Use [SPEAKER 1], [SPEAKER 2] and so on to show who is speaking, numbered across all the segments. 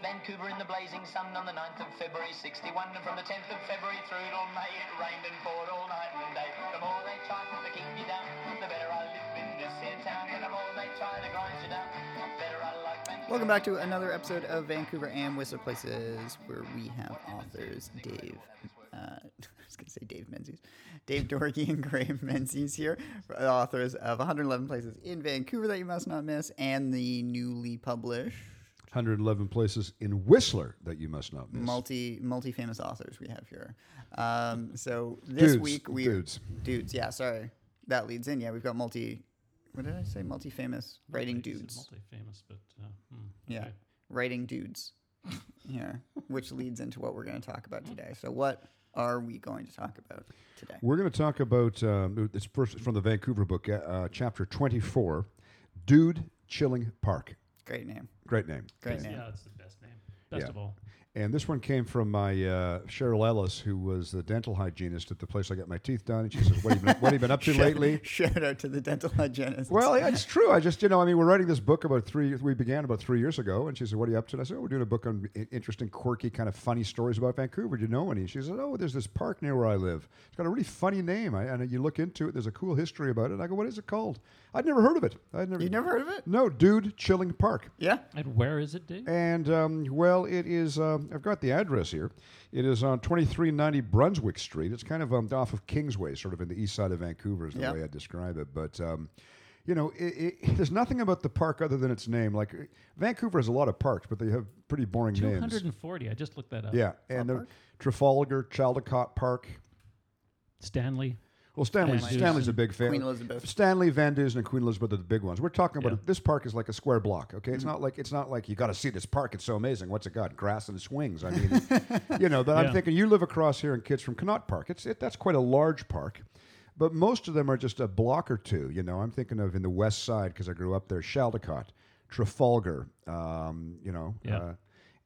[SPEAKER 1] Vancouver in the blazing sun on the 9th of February 61 and from the 10th of February through till May it rained and poured all night and day the more they try to keep you down the better I live in this here town and the more they try to grind you down the better I like Vancouver
[SPEAKER 2] Welcome back to another episode of Vancouver and Whistler Places, where we have authors Dave. Uh, I was going to say Dave Menzies, Dave Dorky and Graham Menzies here, authors of 111 Places in Vancouver that you must not miss, and the newly published
[SPEAKER 3] 111 places in Whistler that you must not miss.
[SPEAKER 2] multi multi famous authors we have here. Um, so this
[SPEAKER 3] Dudes,
[SPEAKER 2] week we
[SPEAKER 3] dudes.
[SPEAKER 2] dudes yeah sorry that leads in yeah we've got multi what did I say multi famous writing dudes
[SPEAKER 4] Multi famous, but uh, hmm,
[SPEAKER 2] Yeah.
[SPEAKER 4] okay.
[SPEAKER 2] Writing dudes. yeah. Which leads into what we're going to talk about today. So, what are we going to talk about today?
[SPEAKER 3] We're going to talk about um, it's first from the Vancouver book, uh, uh, chapter 24, Dude Chilling Park.
[SPEAKER 2] Great name.
[SPEAKER 3] Great name.
[SPEAKER 2] Great name.
[SPEAKER 4] yeah, it's the best name. Best
[SPEAKER 3] Yeah.
[SPEAKER 4] of all,
[SPEAKER 3] And this one came from my uh, Cheryl Ellis, who was the dental hygienist at the place I got my teeth done. And she says, "What have you been, what have you been up to lately?"
[SPEAKER 2] Shout out to the dental hygienist.
[SPEAKER 3] Well, yeah, it's true. I just, you know, I mean, we're writing this book about three. We began about three years ago, and she said, "What are you up to?" And I said, "Oh, we're doing a book on i- interesting, quirky, kind of funny stories about Vancouver. Do you know any?" She said, "Oh, there's this park near where I live. It's got a really funny name, I, and you look into it. There's a cool history about it." And I go, "What is it called?" I'd never heard of it. I'd never.
[SPEAKER 2] You've never heard of it?
[SPEAKER 3] No, dude, Chilling Park.
[SPEAKER 2] Yeah.
[SPEAKER 4] and where is it, Dave?
[SPEAKER 3] And um, well, it is. um I've got the address here. It is on 2390 Brunswick Street. It's kind of um, off of Kingsway, sort of in the east side of Vancouver, is the
[SPEAKER 2] Yeah.
[SPEAKER 3] way I describe it. But um, you know, it, it, there's nothing about the park other than its name. Like uh, Vancouver has a lot of parks, but they have pretty boring
[SPEAKER 4] Two
[SPEAKER 3] names.
[SPEAKER 4] hundred and forty. I just looked that up.
[SPEAKER 3] Yeah, and the Trafalgar, Caldecott Park.
[SPEAKER 4] Stanley.
[SPEAKER 3] Well, Stanley's,
[SPEAKER 4] Van Dusen.
[SPEAKER 3] Stanley's a big fan.
[SPEAKER 2] Queen Elizabeth.
[SPEAKER 3] Stanley, Van Dusen, and Queen Elizabeth are the big ones. We're talking about
[SPEAKER 4] Yeah.
[SPEAKER 3] this park is like a square block. Okay,
[SPEAKER 2] Mm-hmm.
[SPEAKER 3] it's not like it's not like you got to see this park. It's so amazing. What's it got? Grass and swings. I mean, you know. But I'm
[SPEAKER 4] Yeah.
[SPEAKER 3] thinking you live across here in kids from Connaught Park. It's it, that's quite a large park. But most of them are just a block or two. You know, I'm thinking of in the west side because I grew up there. Shaldicott, Trafalgar. Um, you know.
[SPEAKER 4] Yeah.
[SPEAKER 3] Uh,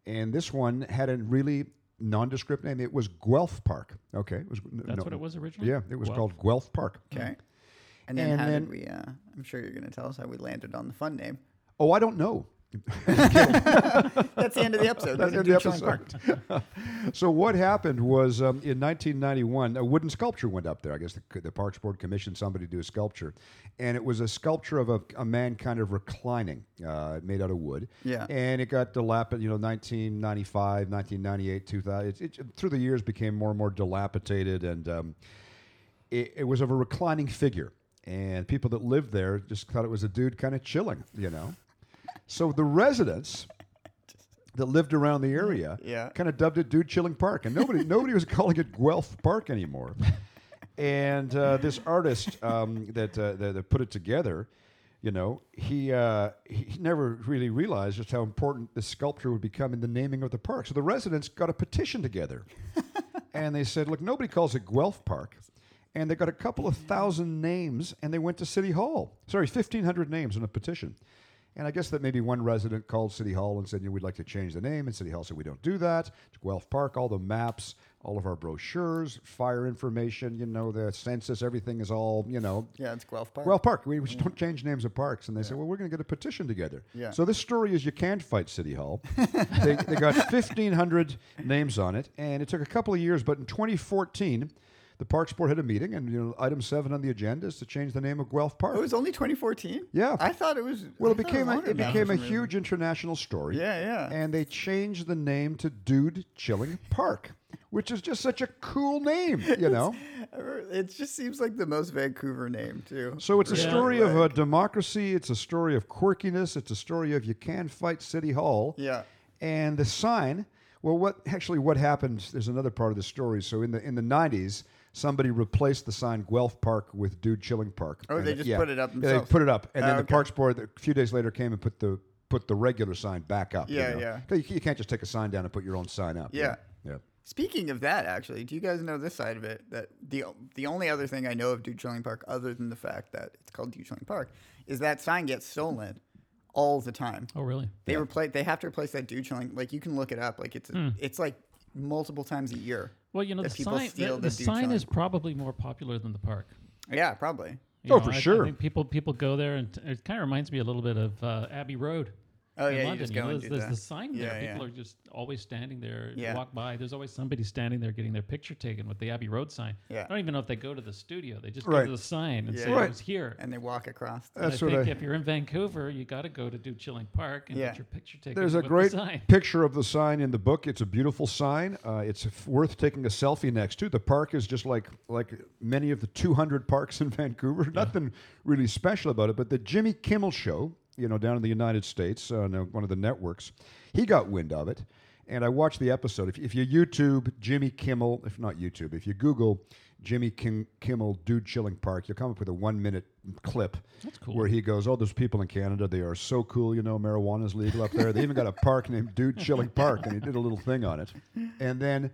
[SPEAKER 3] and this one had a really nondescript name. It was Guelph Park. Okay, it was
[SPEAKER 4] That's what it was originally.
[SPEAKER 3] yeah, it was
[SPEAKER 4] Well,
[SPEAKER 3] called Guelph Park.
[SPEAKER 2] Okay. And then
[SPEAKER 3] Mm-hmm. And
[SPEAKER 2] how
[SPEAKER 3] then-
[SPEAKER 2] did we? Uh, I'm sure you're going to tell us how we landed on the fun name.
[SPEAKER 3] Oh, I don't know.
[SPEAKER 2] That's the end of the episode.
[SPEAKER 3] That's
[SPEAKER 2] Those are
[SPEAKER 3] the
[SPEAKER 2] Dude Chilling Park.
[SPEAKER 3] episode. so what happened was um, in 1991, a wooden sculpture went up there. I guess the, the Parks Board commissioned somebody to do a sculpture, and it was a sculpture of a, a man kind of reclining, uh, made out of wood.
[SPEAKER 2] Yeah.
[SPEAKER 3] And it got dilapidated. You know, 1995, 1998, 2000. It, it, through the years, became more and more dilapidated and. Um, it, it was of a reclining figure, and people that lived there just thought it was a dude kind of chilling, you know. so the residents that lived around the area
[SPEAKER 2] Yeah.
[SPEAKER 3] kind of dubbed it "Dude Chilling Park," and nobody nobody was calling it Guelph Park anymore. And uh, this artist um, that, uh, that that put it together, you know, he uh, he never really realized just how important this sculpture would become in the naming of the park. So the residents got a petition together and they said, look, nobody calls it Guelph Park. And they got a couple of thousand names and they went to City Hall. Sorry, 1,500 names in a petition. And I guess that maybe one resident called City Hall and said, you know, we'd like to change the name. And City Hall said, we don't do that. It's Guelph Park, all the maps, all of our brochures, fire information, you know, the census, everything is all, you know,
[SPEAKER 2] Yeah, it's Guelph Park.
[SPEAKER 3] well, Park. We, we just don't change names of parks. And they said, well, we're going to get a petition together.
[SPEAKER 2] Yeah.
[SPEAKER 3] So this story is you can fight City Hall. they, they got 1,500 names on it, and it took a couple of years. But in 2014, the Parks Board had a meeting, and you know, item seven on the agenda is to change the name of Guelph Park.
[SPEAKER 2] Oh, it was only 2014.
[SPEAKER 3] Yeah.
[SPEAKER 2] I thought it was.
[SPEAKER 3] well, it
[SPEAKER 2] I thought
[SPEAKER 3] became
[SPEAKER 2] was
[SPEAKER 3] a,
[SPEAKER 2] longer
[SPEAKER 3] it
[SPEAKER 2] than that
[SPEAKER 3] became
[SPEAKER 2] for
[SPEAKER 3] a
[SPEAKER 2] some reason.
[SPEAKER 3] huge international story.
[SPEAKER 2] Yeah, yeah.
[SPEAKER 3] And they changed the name to Dude Chilling Park, which is just such a cool name, you know.
[SPEAKER 2] I remember- It just seems like the most Vancouver name too.
[SPEAKER 3] So it's a
[SPEAKER 4] Yeah.
[SPEAKER 3] story of uh, democracy. It's a story of quirkiness. It's a story of you can fight City Hall.
[SPEAKER 2] Yeah.
[SPEAKER 3] And the sign. Well, what actually what happened? There's another part of the story. So in the in the 90s, somebody replaced the sign Guelph Park with Dude Chilling Park.
[SPEAKER 2] Oh,
[SPEAKER 3] And
[SPEAKER 2] they
[SPEAKER 3] it-
[SPEAKER 2] just put it up
[SPEAKER 3] Yeah,
[SPEAKER 2] themselves.
[SPEAKER 3] they put it up, and
[SPEAKER 2] Oh,
[SPEAKER 3] then the
[SPEAKER 2] okay.
[SPEAKER 3] Parks Board a few days later came and put the put the regular sign back up. you
[SPEAKER 2] Yeah,
[SPEAKER 3] know?
[SPEAKER 2] yeah.
[SPEAKER 3] 'Cause You, you can't just take a sign down and put your own sign up.
[SPEAKER 2] Yeah.
[SPEAKER 3] Yeah.
[SPEAKER 2] Speaking of that, actually, do you guys know this side of it? That the the only other thing I know of Dude Chilling Park, other than the fact that it's called Dude Chilling Park, is that sign gets stolen all the time.
[SPEAKER 4] Oh, really?
[SPEAKER 2] They replace. They have to replace that Dude Chilling. Like you can look it up. Like it's
[SPEAKER 4] Hmm.
[SPEAKER 2] it's like multiple times a year.
[SPEAKER 4] Well, you know, the
[SPEAKER 2] that people
[SPEAKER 4] sign,
[SPEAKER 2] steal
[SPEAKER 4] the, the
[SPEAKER 2] the dude
[SPEAKER 4] sign
[SPEAKER 2] sign.
[SPEAKER 4] is probably more popular than the park.
[SPEAKER 2] Yeah, probably.
[SPEAKER 4] You
[SPEAKER 3] Oh, for
[SPEAKER 4] I- I
[SPEAKER 3] sure.
[SPEAKER 4] think people people go there, and it kind of reminds me a little bit of uh, Abbey Road.
[SPEAKER 2] Oh,
[SPEAKER 4] in
[SPEAKER 2] yeah, you
[SPEAKER 4] London,
[SPEAKER 2] just
[SPEAKER 4] you
[SPEAKER 2] go
[SPEAKER 4] know,
[SPEAKER 2] and
[SPEAKER 4] there's,
[SPEAKER 2] do
[SPEAKER 4] there's
[SPEAKER 2] the-
[SPEAKER 4] the sign there.
[SPEAKER 2] Yeah,
[SPEAKER 4] People
[SPEAKER 2] yeah.
[SPEAKER 4] are just always standing there. You
[SPEAKER 2] Yeah.
[SPEAKER 4] Walk by. There's always somebody standing there getting their picture taken with the Abbey Road sign.
[SPEAKER 2] Yeah.
[SPEAKER 4] I don't even know if they go to the studio. They just
[SPEAKER 3] Right.
[SPEAKER 4] go to the sign and
[SPEAKER 2] Yeah.
[SPEAKER 4] say
[SPEAKER 2] Right.
[SPEAKER 4] it was here.
[SPEAKER 2] and they walk across. The,
[SPEAKER 4] And
[SPEAKER 3] That's
[SPEAKER 4] I
[SPEAKER 3] what
[SPEAKER 4] think
[SPEAKER 3] I-
[SPEAKER 4] if you're in Vancouver, you got to go to Do Chilling Park and
[SPEAKER 2] Yeah.
[SPEAKER 4] get your picture taken.
[SPEAKER 3] There's a
[SPEAKER 4] with the
[SPEAKER 3] great
[SPEAKER 4] sign.
[SPEAKER 3] picture of the sign in the book. It's a beautiful sign. Uh, it's f- worth taking a selfie next to. The park is just like like many of the 200 parks in Vancouver. Nothing really special about it. But the Jimmy Kimmel Show, you know, down in the United States, on uh, one of the networks, he got wind of it, and I watched the episode. If, if you YouTube Jimmy Kimmel, if not YouTube, if you Google Jimmy Kim, Kimmel Dude Chilling Park, you'll come up with a one minute clip
[SPEAKER 4] That's cool.
[SPEAKER 3] where he goes, "Oh, those people in Canada, they are so cool. You know, marijuana's legal up there. They even got a park named Dude Chilling Park, and he did a little thing on it. And then,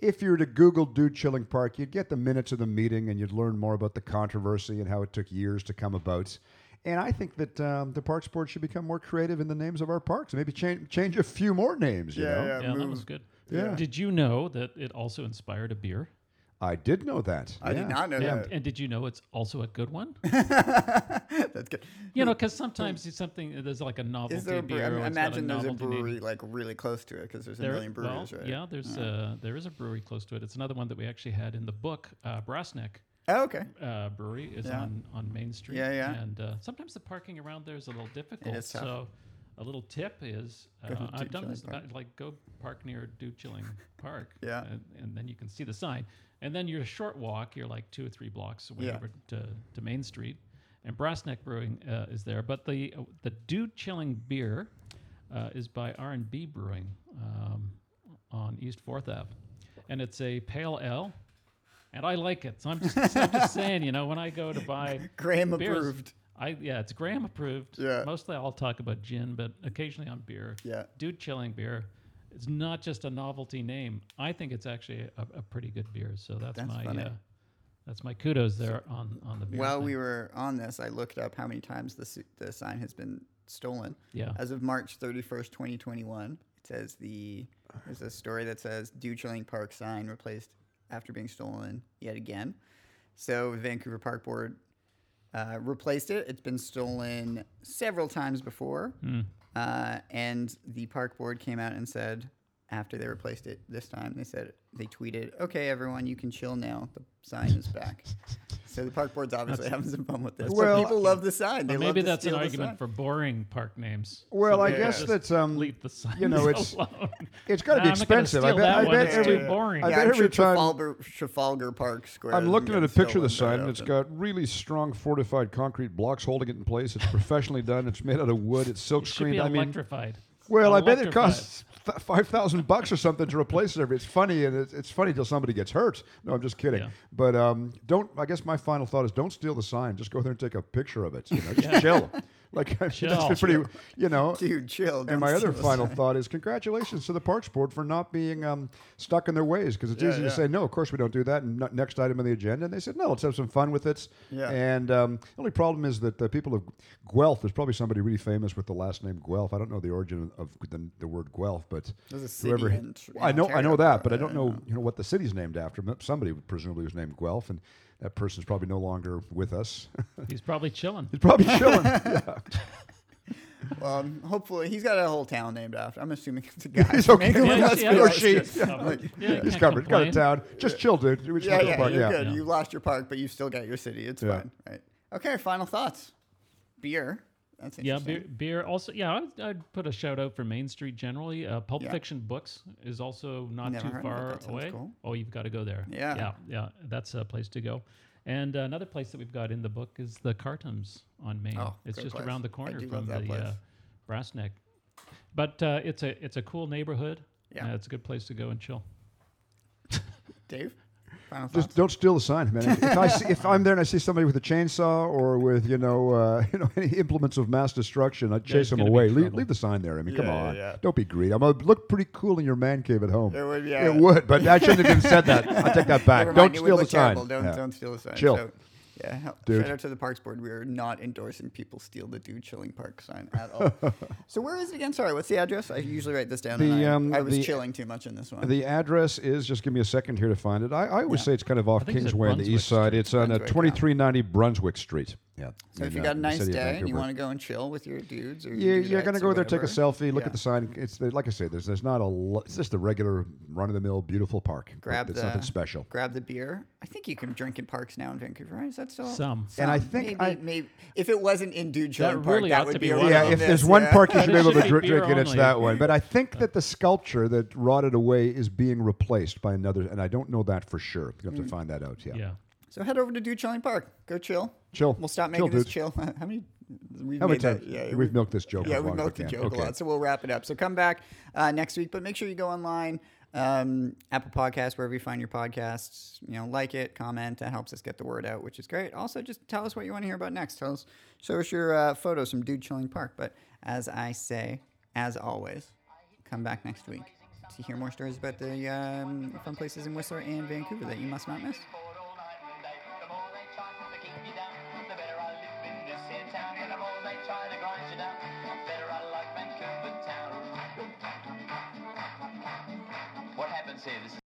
[SPEAKER 3] if you were to Google Dude Chilling Park, you'd get the minutes of the meeting, and you'd learn more about the controversy and how it took years to come about. And I think that um, the Parks Board should become more creative in the names of our parks. Maybe change change a few more names. You know,
[SPEAKER 4] Yeah, that was good.
[SPEAKER 3] Yeah.
[SPEAKER 4] Did you know that it also inspired a beer?
[SPEAKER 3] I did know that.
[SPEAKER 2] I
[SPEAKER 3] Yeah.
[SPEAKER 2] did not know
[SPEAKER 4] And, and did you know it's also a good one?
[SPEAKER 2] that. That's good.
[SPEAKER 4] You know, because sometimes it's something there's like a novelty
[SPEAKER 2] Is there a brewery?
[SPEAKER 4] beer.
[SPEAKER 2] I mean,
[SPEAKER 4] or it's got
[SPEAKER 2] imagine there's a
[SPEAKER 4] novelty name.
[SPEAKER 2] brewery like really close to it because there's a
[SPEAKER 4] There-
[SPEAKER 2] million breweries,
[SPEAKER 4] well,
[SPEAKER 2] right? Hmm.
[SPEAKER 4] Yeah, there's Uh, there is a brewery close to it. It's another one that we actually had in the book. Uh, Brassneck
[SPEAKER 2] Oh, okay.
[SPEAKER 4] uh, Brewery is
[SPEAKER 2] Yeah.
[SPEAKER 4] on, on Main Street.
[SPEAKER 2] Yeah, yeah.
[SPEAKER 4] And uh, sometimes the parking around there is a little difficult.
[SPEAKER 2] is tough.
[SPEAKER 4] So a little tip is
[SPEAKER 2] Go
[SPEAKER 4] uh,
[SPEAKER 2] to
[SPEAKER 4] I've
[SPEAKER 2] Dude
[SPEAKER 4] done this
[SPEAKER 2] Chilling
[SPEAKER 4] about, like go park near Dude Chilling Park.
[SPEAKER 2] Yeah.
[SPEAKER 4] And, and then you can see the sign. And then you're a short walk. You're like two or three blocks away
[SPEAKER 2] Yeah.
[SPEAKER 4] over to, to Main Street. And Brassneck Brewing uh, is there, but the uh, the Dude Chilling beer uh, is by R and B Brewing um, on East Fourth Ave, and it's a pale ale, and I like it. So I'm just, I'm just saying, you know, when I go to buy
[SPEAKER 2] Graham
[SPEAKER 4] beers,
[SPEAKER 2] approved.
[SPEAKER 4] I yeah, it's Graham approved.
[SPEAKER 2] Yeah.
[SPEAKER 4] Mostly I'll talk about gin, but occasionally on beer.
[SPEAKER 2] Yeah.
[SPEAKER 4] Dude chilling beer. It's not just a novelty name. I think it's actually a, a pretty good beer. So that's,
[SPEAKER 2] That's
[SPEAKER 4] my
[SPEAKER 2] funny.
[SPEAKER 4] uh, that's my kudos there on on the beer.
[SPEAKER 2] While
[SPEAKER 4] thing.
[SPEAKER 2] we were on this, I looked up how many times the s- the sign has been stolen.
[SPEAKER 4] Yeah.
[SPEAKER 2] As of March 31st, 2021, it says the there's a story that says Ducheling Park sign replaced after being stolen yet again. So Vancouver Park Board uh, replaced it. It's been stolen several times before,
[SPEAKER 4] Hmm.
[SPEAKER 2] uh, and the park board came out and said after they replaced it this time, they said they tweeted, "Okay, everyone, you can chill now. The sign is back." so the park board's obviously having some fun with this.
[SPEAKER 3] Well-
[SPEAKER 2] but people love the sign. They
[SPEAKER 4] But
[SPEAKER 2] love
[SPEAKER 4] maybe
[SPEAKER 2] to
[SPEAKER 4] that's an
[SPEAKER 2] steal the
[SPEAKER 4] argument
[SPEAKER 2] sign.
[SPEAKER 4] for boring park names.
[SPEAKER 3] Well, I
[SPEAKER 4] they
[SPEAKER 3] guess
[SPEAKER 4] just
[SPEAKER 3] that's, um,
[SPEAKER 4] leave the signs
[SPEAKER 3] you know, it's-
[SPEAKER 4] alone.
[SPEAKER 3] it's gotta be
[SPEAKER 4] Nah, I'm not gonna
[SPEAKER 3] expensive. I
[SPEAKER 4] steal
[SPEAKER 3] bet-
[SPEAKER 4] that
[SPEAKER 3] I
[SPEAKER 4] one.
[SPEAKER 3] bet
[SPEAKER 4] It's
[SPEAKER 3] every-
[SPEAKER 4] too boring.
[SPEAKER 3] I
[SPEAKER 2] Yeah,
[SPEAKER 3] bet
[SPEAKER 2] I'm
[SPEAKER 3] every
[SPEAKER 2] sure
[SPEAKER 3] time-
[SPEAKER 2] Trafalgar, Trafalgar Park Square.
[SPEAKER 3] I'm
[SPEAKER 2] has
[SPEAKER 3] looking at
[SPEAKER 2] been
[SPEAKER 3] a picture of
[SPEAKER 2] stolen
[SPEAKER 3] the sign,
[SPEAKER 2] very
[SPEAKER 3] and it's
[SPEAKER 2] often.
[SPEAKER 3] got really strong fortified concrete blocks holding it in place. It's professionally done. It's made out of wood. It's silk
[SPEAKER 4] It should be
[SPEAKER 3] screened. I mean,
[SPEAKER 4] electrified.
[SPEAKER 3] well, I bet it
[SPEAKER 4] Electrified.
[SPEAKER 3] costs th- five thousand bucks or something to replace it. Every it's funny, and it's, it's funny till somebody gets hurt. No, I'm just kidding.
[SPEAKER 4] Yeah.
[SPEAKER 3] But um, don't. I guess my final thought is don't steal the sign. Just go there and take a picture of it. You know, just chill. Like
[SPEAKER 4] Chill.
[SPEAKER 3] that's pretty. You know,
[SPEAKER 2] dude, chill. don't
[SPEAKER 3] and my
[SPEAKER 2] steal
[SPEAKER 3] other
[SPEAKER 2] the
[SPEAKER 3] final
[SPEAKER 2] sign.
[SPEAKER 3] thought is congratulations to the Parks Board for not being um, stuck in their ways because it's easy to say, no, of course we don't do that. And n- next item on the agenda. And they said, no, let's have some fun with it.
[SPEAKER 2] Yeah.
[SPEAKER 3] And um, the only problem is that the people of Guelph, there's probably somebody really famous with the last name Guelph. I don't know the origin of the, the word Guelph, but
[SPEAKER 2] There's a city in- in
[SPEAKER 3] I know, I know
[SPEAKER 2] Ontario
[SPEAKER 3] that, but I
[SPEAKER 2] called
[SPEAKER 3] don't
[SPEAKER 2] that,
[SPEAKER 3] know, you know what the city's named after. But Somebody presumably was named Guelph, and that person's probably no longer with us.
[SPEAKER 4] He's probably chilling.
[SPEAKER 3] He's probably chilling. Yeah.
[SPEAKER 2] Well, um, hopefully he's got a whole town named after. I'm assuming it's a guy.
[SPEAKER 3] He's okay.
[SPEAKER 2] Maybe
[SPEAKER 3] Yeah,
[SPEAKER 2] that's
[SPEAKER 3] she-
[SPEAKER 2] what
[SPEAKER 3] or
[SPEAKER 2] I was
[SPEAKER 3] she-
[SPEAKER 2] just-
[SPEAKER 3] yeah.
[SPEAKER 2] I'm like,
[SPEAKER 4] Yeah, you
[SPEAKER 3] It's
[SPEAKER 4] can't
[SPEAKER 3] covered. Got
[SPEAKER 4] complain.
[SPEAKER 3] it down. Just chill, dude. We just
[SPEAKER 2] Yeah,
[SPEAKER 3] want to
[SPEAKER 2] yeah,
[SPEAKER 3] park.
[SPEAKER 2] you're
[SPEAKER 3] Yeah.
[SPEAKER 2] good.
[SPEAKER 4] Yeah.
[SPEAKER 2] You lost your park, but you still got your city. It's
[SPEAKER 3] Yeah.
[SPEAKER 2] fine, right? Okay, final thoughts. Beer. That's
[SPEAKER 4] Yeah,
[SPEAKER 2] interesting.
[SPEAKER 4] beer, beer also. Yeah, I would, I'd put a shout out for Main Street generally. Uh, Pulp
[SPEAKER 2] Yeah.
[SPEAKER 4] Fiction books is also not
[SPEAKER 2] Never
[SPEAKER 4] too
[SPEAKER 2] heard of it.
[SPEAKER 4] far
[SPEAKER 2] That sounds
[SPEAKER 4] away.
[SPEAKER 2] cool.
[SPEAKER 4] Oh, you've got to go there.
[SPEAKER 2] Yeah.
[SPEAKER 4] yeah, yeah. That's a place to go. And uh, another place that we've got in the book is the Cartums on Main.
[SPEAKER 2] Oh,
[SPEAKER 4] it's
[SPEAKER 2] good
[SPEAKER 4] just
[SPEAKER 2] place.
[SPEAKER 4] around the
[SPEAKER 2] I
[SPEAKER 4] corner
[SPEAKER 2] do love
[SPEAKER 4] from
[SPEAKER 2] that
[SPEAKER 4] the
[SPEAKER 2] place.
[SPEAKER 4] uh, Brass Neck. But uh, it's a it's a cool neighborhood.
[SPEAKER 2] Yeah.
[SPEAKER 4] Uh, it's a good place to go and chill.
[SPEAKER 2] Dave. Final thoughts.
[SPEAKER 3] Just don't steal the sign, man. If, I see, if I'm there and I see somebody with a chainsaw or with you know uh, you know any implements of mass destruction, I chase them
[SPEAKER 4] gonna be
[SPEAKER 3] away. Leave,
[SPEAKER 4] trouble.
[SPEAKER 3] leave the sign there. I mean, come
[SPEAKER 2] Yeah, yeah,
[SPEAKER 3] on,
[SPEAKER 2] yeah.
[SPEAKER 3] don't be greedy. I'm gonna look pretty cool in your man cave at home.
[SPEAKER 2] It would, yeah.
[SPEAKER 3] It would, but I shouldn't have even said that. I take that back.
[SPEAKER 2] Never mind,
[SPEAKER 3] don't
[SPEAKER 2] it would
[SPEAKER 3] steal the
[SPEAKER 2] look
[SPEAKER 3] sign.
[SPEAKER 2] terrible. Don't,
[SPEAKER 3] Yeah.
[SPEAKER 2] don't steal the sign.
[SPEAKER 3] Chill.
[SPEAKER 2] So, yeah, hell,
[SPEAKER 3] Dude.
[SPEAKER 2] shout out to the Parks Board. We are not endorsing people steal the Dude Chilling Park sign at all. so where is it again? Sorry, what's the address? I usually write this down. and
[SPEAKER 3] The,
[SPEAKER 2] I,
[SPEAKER 3] um,
[SPEAKER 2] I was
[SPEAKER 3] the-
[SPEAKER 2] chilling too much in this one.
[SPEAKER 3] The address is just give me a second here to find it. I, I always say it's kind of off
[SPEAKER 4] think it's at
[SPEAKER 3] Kingsway on the
[SPEAKER 4] Brunswick
[SPEAKER 3] east side. It's on uh
[SPEAKER 2] Brunswick, yeah.
[SPEAKER 3] 2390 Brunswick Street. Yeah.
[SPEAKER 2] So if
[SPEAKER 3] in,
[SPEAKER 2] you
[SPEAKER 3] uh,
[SPEAKER 2] got a
[SPEAKER 3] in the
[SPEAKER 2] nice
[SPEAKER 3] city of
[SPEAKER 2] day and you
[SPEAKER 3] Vancouver.
[SPEAKER 2] want to go and chill with your dudes, or
[SPEAKER 3] Yeah,
[SPEAKER 2] your
[SPEAKER 3] you're gonna
[SPEAKER 2] dudettes
[SPEAKER 3] go
[SPEAKER 2] or
[SPEAKER 3] there, take
[SPEAKER 2] whatever,
[SPEAKER 3] a selfie, look
[SPEAKER 2] yeah.
[SPEAKER 3] at the sign. It's the, like I say, there's there's not a lo- it's just a regular run of the mill beautiful park. but
[SPEAKER 2] Grab
[SPEAKER 3] it's
[SPEAKER 2] the
[SPEAKER 3] nothing special.
[SPEAKER 2] Grab the beer. I think you can drink in parks now in Vancouver. Right? Is that still
[SPEAKER 4] Some.
[SPEAKER 3] And I think
[SPEAKER 2] maybe,
[SPEAKER 3] I-
[SPEAKER 2] maybe if it wasn't in Dude Chilling Park,
[SPEAKER 4] really ought
[SPEAKER 2] that would
[SPEAKER 4] to
[SPEAKER 2] be,
[SPEAKER 4] be
[SPEAKER 2] a
[SPEAKER 4] one
[SPEAKER 2] real
[SPEAKER 3] Yeah,
[SPEAKER 4] of them.
[SPEAKER 3] if
[SPEAKER 2] miss,
[SPEAKER 3] there's one
[SPEAKER 2] yeah.
[SPEAKER 3] park you should be
[SPEAKER 4] It
[SPEAKER 3] able to
[SPEAKER 4] should be
[SPEAKER 3] dri-
[SPEAKER 4] beer
[SPEAKER 3] drink in, it's
[SPEAKER 4] only.
[SPEAKER 3] that one. But I think that the sculpture that rotted away is being replaced by another, and I don't know that for sure. You
[SPEAKER 2] Mm.
[SPEAKER 3] have to find that out. Yeah.
[SPEAKER 4] Yeah.
[SPEAKER 2] So head over to Dude Chilling Park. Go chill.
[SPEAKER 3] Chill.
[SPEAKER 2] We'll stop
[SPEAKER 3] Chill,
[SPEAKER 2] making this
[SPEAKER 3] dude.
[SPEAKER 2] chill. How many? We've
[SPEAKER 3] How many
[SPEAKER 2] made that-
[SPEAKER 3] times?
[SPEAKER 2] yeah,
[SPEAKER 3] we've,
[SPEAKER 2] we've-
[SPEAKER 3] milked this joke.
[SPEAKER 2] Yeah,
[SPEAKER 3] as
[SPEAKER 2] we
[SPEAKER 3] long as
[SPEAKER 2] milked the
[SPEAKER 3] can.
[SPEAKER 2] joke
[SPEAKER 3] okay.
[SPEAKER 2] a lot, so we'll wrap it up. So come back uh, next week, but make sure you go online, um, Apple Podcasts, wherever you find your podcasts. You know, like it, comment. That helps us get the word out, which is great. Also, just tell us what you want to hear about next. Tell us, show us your uh, photos from Dude Chilling Park. But as I say, as always, come back next week to hear more stories about the um, fun places in Whistler and Vancouver that you must not miss.
[SPEAKER 1] Ford all night and day. The more they try to keep you down, the better I live in this here town. And the more they try to grind you down, the better I like Vancouver town. What happens here? This